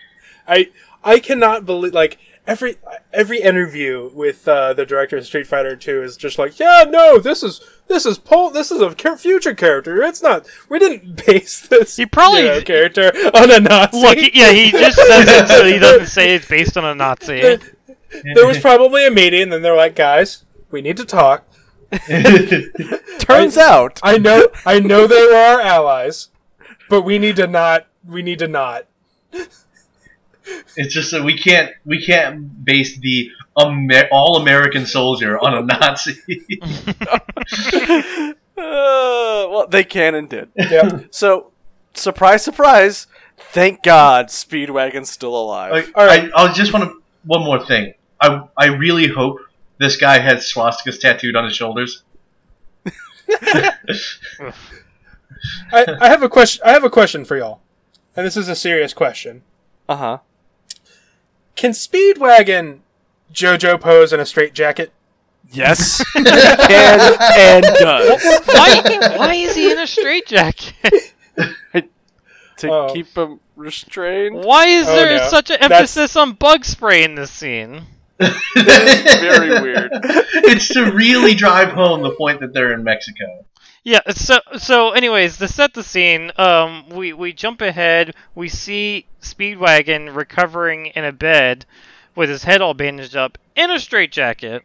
I I cannot believe like every every interview with uh, the director of Street Fighter Two is just like, yeah, no, this is this is Pol- this is a char- future character. It's not. We didn't base this
He probably-
you know, character on a Nazi.
Look, he- yeah, he just says it so he doesn't say it's based on a Nazi.
there was probably a meeting, and then they're like, guys, we need to talk.
Turns out uh,
I know, I know they were our allies, but we need to not. We need to not.
It's just that we can't we can't base the Amer- all American soldier on a Nazi.
Uh, well, they can and did.
Yeah.
So, surprise, surprise! Thank God, Speedwagon's still alive.
Like,
All right.
I, I just want to one more thing. I I really hope this guy has swastikas tattooed on his shoulders.
I, I have a question. I have a question for y'all,
Uh-huh.
and this is a serious question.
uh huh.
Can Speedwagon JoJo pose in a straight jacket.
Yes, can and does
Why, why is he in a straitjacket?
to
Oh.
keep him restrained.
Why is
Oh,
there
no.
such an
That's-
emphasis on bug spray in this scene?
Very weird.
it's to really drive home the point that they're in Mexico.
Yeah. So so anyways, to set the scene, um, we we jump ahead. We see Speedwagon recovering in a bed, with his head all bandaged up in a straitjacket,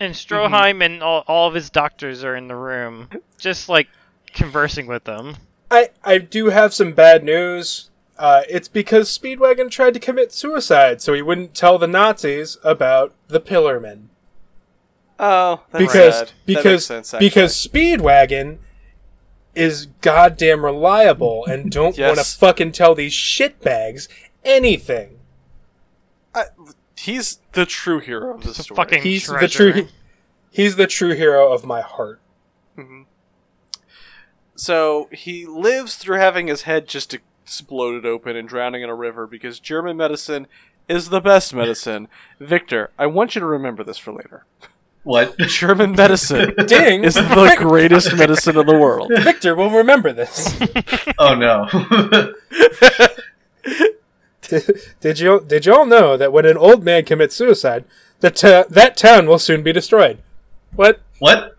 and Stroheim and all, all of his doctors are in the room, just like conversing with them.
I I do have some bad news. Uh, it's because Speedwagon tried to commit suicide, so he wouldn't tell the Nazis about the Pillarmen.
Oh, that's
because
sad.
because
that makes sense, actually.
because Speedwagon is goddamn reliable and don't
Yes.
want to fucking tell these shitbags anything.
he's the true hero of the
It's a
story.
fucking
He's
treasure.
the true he's the true hero of my heart.
So he lives through having his head just exploded open and drowning in a river because German medicine is the best medicine. Victor, I want you to remember this for later.
What?
German medicine
Ding,
is the greatest medicine in the world.
Victor will remember this.
Oh no.
did you did you all know that when an old man commits suicide, the ta- that town will soon be destroyed? What?
what?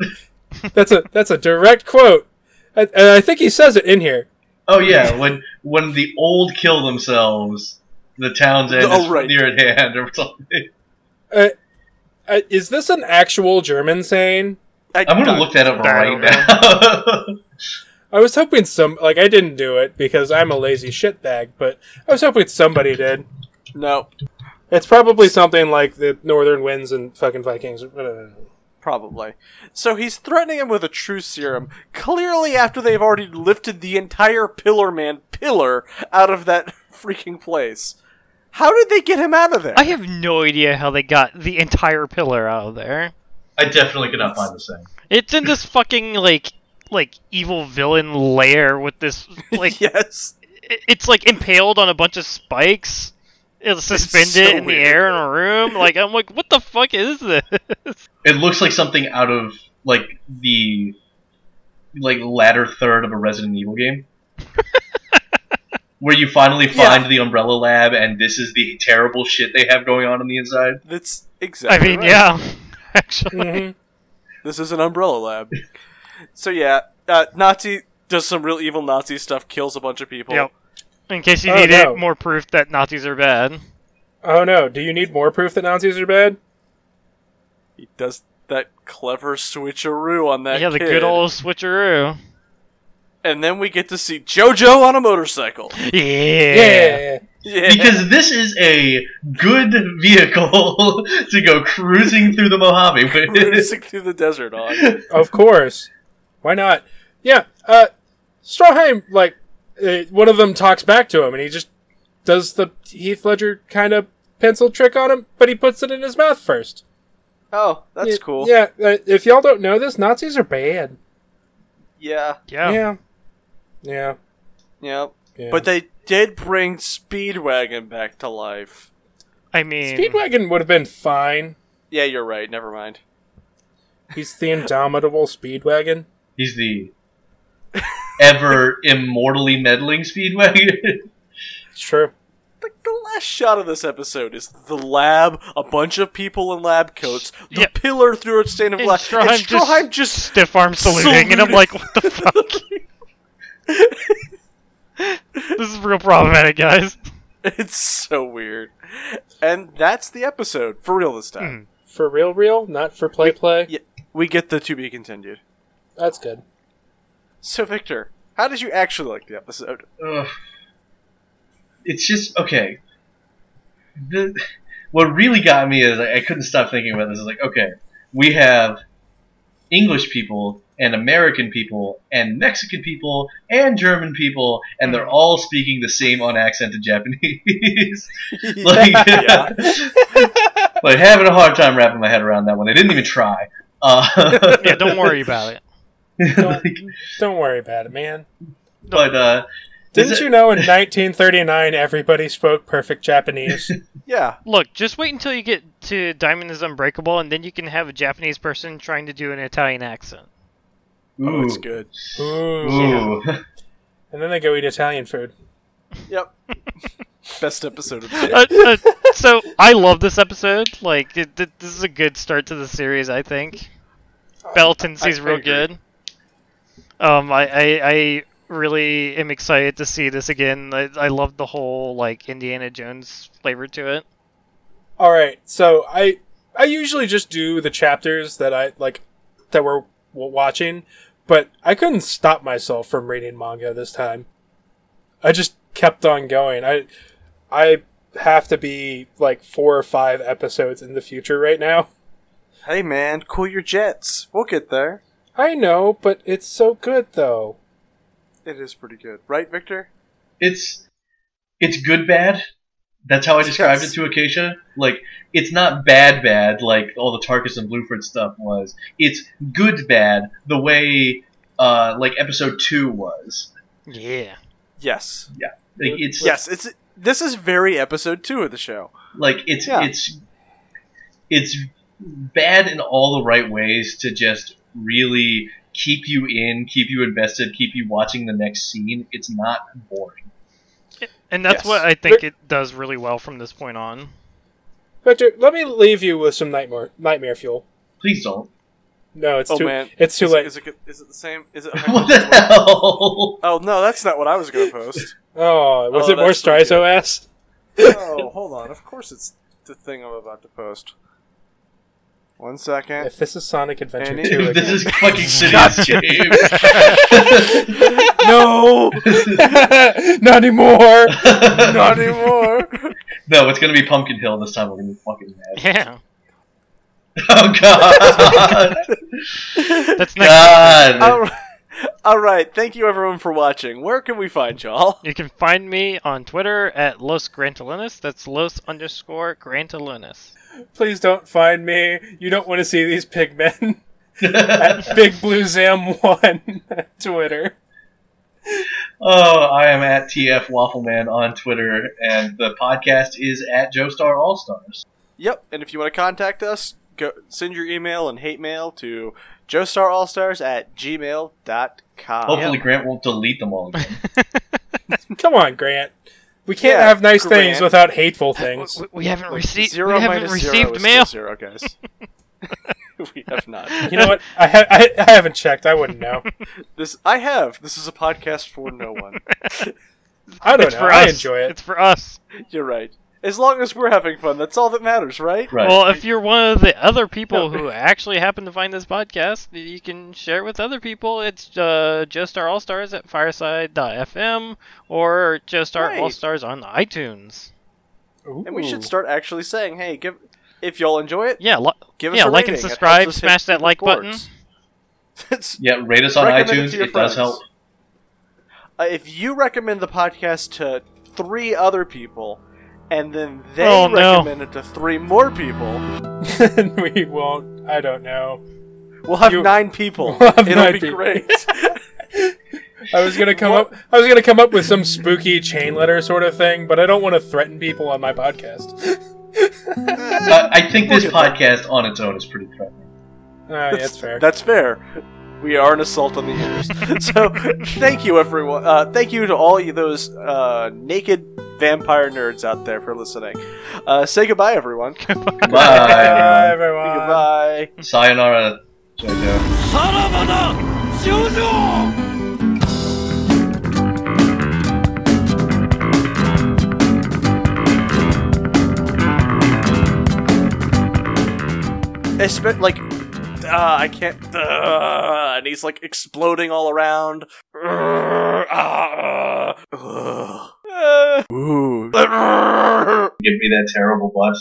That's a that's a direct quote. I, and I think he says it in here.
Oh yeah, when when the old kill themselves, the town's end
Oh,
is
right.
near at hand or something.
Uh, uh, is this an actual German saying?
I,
I'm gonna look that up
I
right
don't
now.
I was hoping some like I didn't do it because I'm a lazy shitbag, but I was hoping somebody did.
No,
It's probably something like the Northern Winds and fucking Vikings.
probably. So he's threatening him with a true serum, clearly after they've already lifted the entire Pillar Man pillar out of that freaking place. How did they get him out of there?
I have no idea how they got the entire pillar out of there.
I definitely could not find the same.
It's in this fucking like like evil villain lair with this like
yes.
i- it's like impaled on a bunch of spikes. It's suspended
so
in
weird.
the air in a room. Like I'm like, what the fuck is this?
It looks like something out of like the like latter third of a Resident Evil game. Where you finally find the umbrella lab and this is the terrible shit they have going on on the inside.
That's
I
exactly.
mean,
right.
yeah, actually,
hmm
This is an umbrella lab. so yeah, uh, Nazi does some real evil Nazi stuff, kills a bunch of people.
Yep. in case you
Oh,
needed
no.
more proof that Nazis are bad.
Oh no! Do you need more proof that Nazis are bad?
He does that clever switcheroo on that.
yeah, the
kid.
good old switcheroo.
And then we get to see JoJo on a motorcycle.
Yeah.
Yeah.
Because this is a good vehicle to go cruising through the Mojave with.
Cruising through the desert on.
of course. Why not? Yeah. Uh, Strawheim, like uh, one of them talks back to him, and he just does the Heath Ledger kind of pencil trick on him, but he puts it in his mouth first.
Oh, that's
Y-
cool.
Yeah. Uh, if y'all don't know this, Nazis are bad.
Yeah.
Yeah.
Yeah. Yeah.
Yeah.
yeah.
But they did bring Speedwagon back to life.
I mean,
Speedwagon would have been fine.
Yeah, you're right. Never mind.
He's the indomitable Speedwagon.
He's the ever immortally meddling Speedwagon.
It's true.
The, the last shot of this episode is the lab, a bunch of people in lab coats, the
Yeah.
pillar through its stain of
and
glass,
Stroheim
and Stroheim
just
just
stiff arm saluting, and I'm
saluted.
like, what the fuck? this is real problematic, guys.
It's so weird. And that's the episode, for real this time.
For real, real, not for play, play.
Yeah, we get the to be continued.
That's good.
So, Victor, how did you actually like the episode?
Ugh. It's just okay. The, what really got me is I, I couldn't stop thinking about this. It's like okay, we have English people and American people and Mexican people and German people, and they're all speaking the same unaccented Japanese. like,
Yeah.
like having a hard time wrapping my head around that one. They didn't even try. Uh,
Yeah, don't worry about it.
like,
Don't worry about it, man.
but uh,
Didn't
it-
you know in 1939 everybody spoke perfect Japanese?
yeah.
Look, just wait until you get to Diamond is Unbreakable, and then you can have a Japanese person trying to do an Italian accent.
Oh, it's good.
Ooh.
Ooh.
And then they go eat Italian food.
Yep. Best episode of the day.
Uh, uh, so I love this episode. Like it, th- this is a good start to the series, I think. Bell tendency's
I
real
agree.
good. Um, I, I I really am excited to see this again. I, I love the whole like Indiana Jones flavor to it.
All right, so I I usually just do the chapters that I like that we're w- watching, but I couldn't stop myself from reading manga this time. I just kept on going. I I have to be like four or five episodes in the future right now.
Hey man, cool your jets. We'll get there.
I know, but it's so good though.
It is pretty good, right, Victor?
it's it's good bad. That's how I described
Yes.
it to Acacia. Like it's not bad bad like all the Tarkus and Blueford stuff was. It's good bad the way uh, like episode two was.
Yeah.
Yes.
Like it's
Yes, it's this is very episode 2 of the show.
like it's
Yeah.
it's it's bad in all the right ways to just really keep you in, keep you invested, keep you watching the next scene. It's not boring.
And that's
Yes.
what I think it does really well from this point on.
Victor, let me leave you with some nightmare nightmare fuel.
Please don't.
No, it's
oh
too
man.
it's too
is,
late.
Is it, is it the same? Is it
what the hell?
Oh no, that's not what I was going to post.
oh, was
Oh,
it more
that's pretty
Strizo ass?
oh, hold on. Of course it's the thing I'm about to post. One second.
If this is Sonic Adventure
Andy?
2
Dude,
this
again.
is fucking Sidious, James.
no,
Not anymore.
not anymore.
no, it's gonna be Pumpkin Hill this time. We're gonna be fucking mad.
Yeah.
Oh god,
That's next.
god.
All right. All right. Thank you everyone for watching. Where can we find y'all?
You can find me on Twitter at Los Grantalinas. That's Los underscore Grantalinas.
Please don't find me. You don't want to see these pigmen. At Big Blue Zam One at Twitter.
Oh, I am at TF Waffleman on Twitter, and the podcast is at Joestar All Stars.
Yep. And if you want to contact us, go send your email and hate mail to joestarallstars at gmail.com.
Hopefully, Grant won't delete them all again.
Come on, Grant. We can't
Yeah,
have nice
Grant.
things without hateful things.
We, we haven't, received
zero
we haven't
minus zero
received
is
mail.
Still zero, guys. we have not.
You know what? I, ha- I I haven't checked. I wouldn't know.
This I have. This is a podcast for no one.
I don't
It's
know.
for
I
us.
enjoy it.
It's for us.
You're right. As long as we're having fun, that's all that matters, right?
Right.
Well, if you're one of the other people
No.
who actually happen to find this podcast, you can share it with other people. It's uh, Joestar All Stars at fireside.fm or Joestar
Right.
All Stars on iTunes.
And we should
Ooh.
start actually saying, "Hey, give if y'all enjoy it,
Yeah, lo-
give us
yeah,
a
like and
rating. It helps
subscribe,
us hit
smash that
different
like button.
chords. It's-
yeah, rate us on
Recommend it
iTunes.
to
It,
your
does
friends.
help.
uh, if you recommend the podcast to three other people, and then they
Oh, no.
recommend it to three more people,
And we won't. I don't know.
we'll have
You-
nine people.
We'll have
It'll
nine
be
people.
great.
I was gonna come up. I was gonna come up with some spooky chain letter sort of thing, but I don't want to threaten people on my podcast.
Uh, I think this
Look at
podcast on its own is pretty threatening.
Oh, yeah, that's fair.
That's fair. We are an assault on the ears. so, thank you, everyone. Uh, thank you to all you those uh, naked vampire nerds out there for listening. Uh, say goodbye, everyone.
Bye,
Bye.
everyone.
goodbye.
Sayonara, JoJo.
Espe- like, uh, I can't. Uh, and he's like exploding all around. Uh, uh, uh, uh, ooh.
Give me that terrible bus.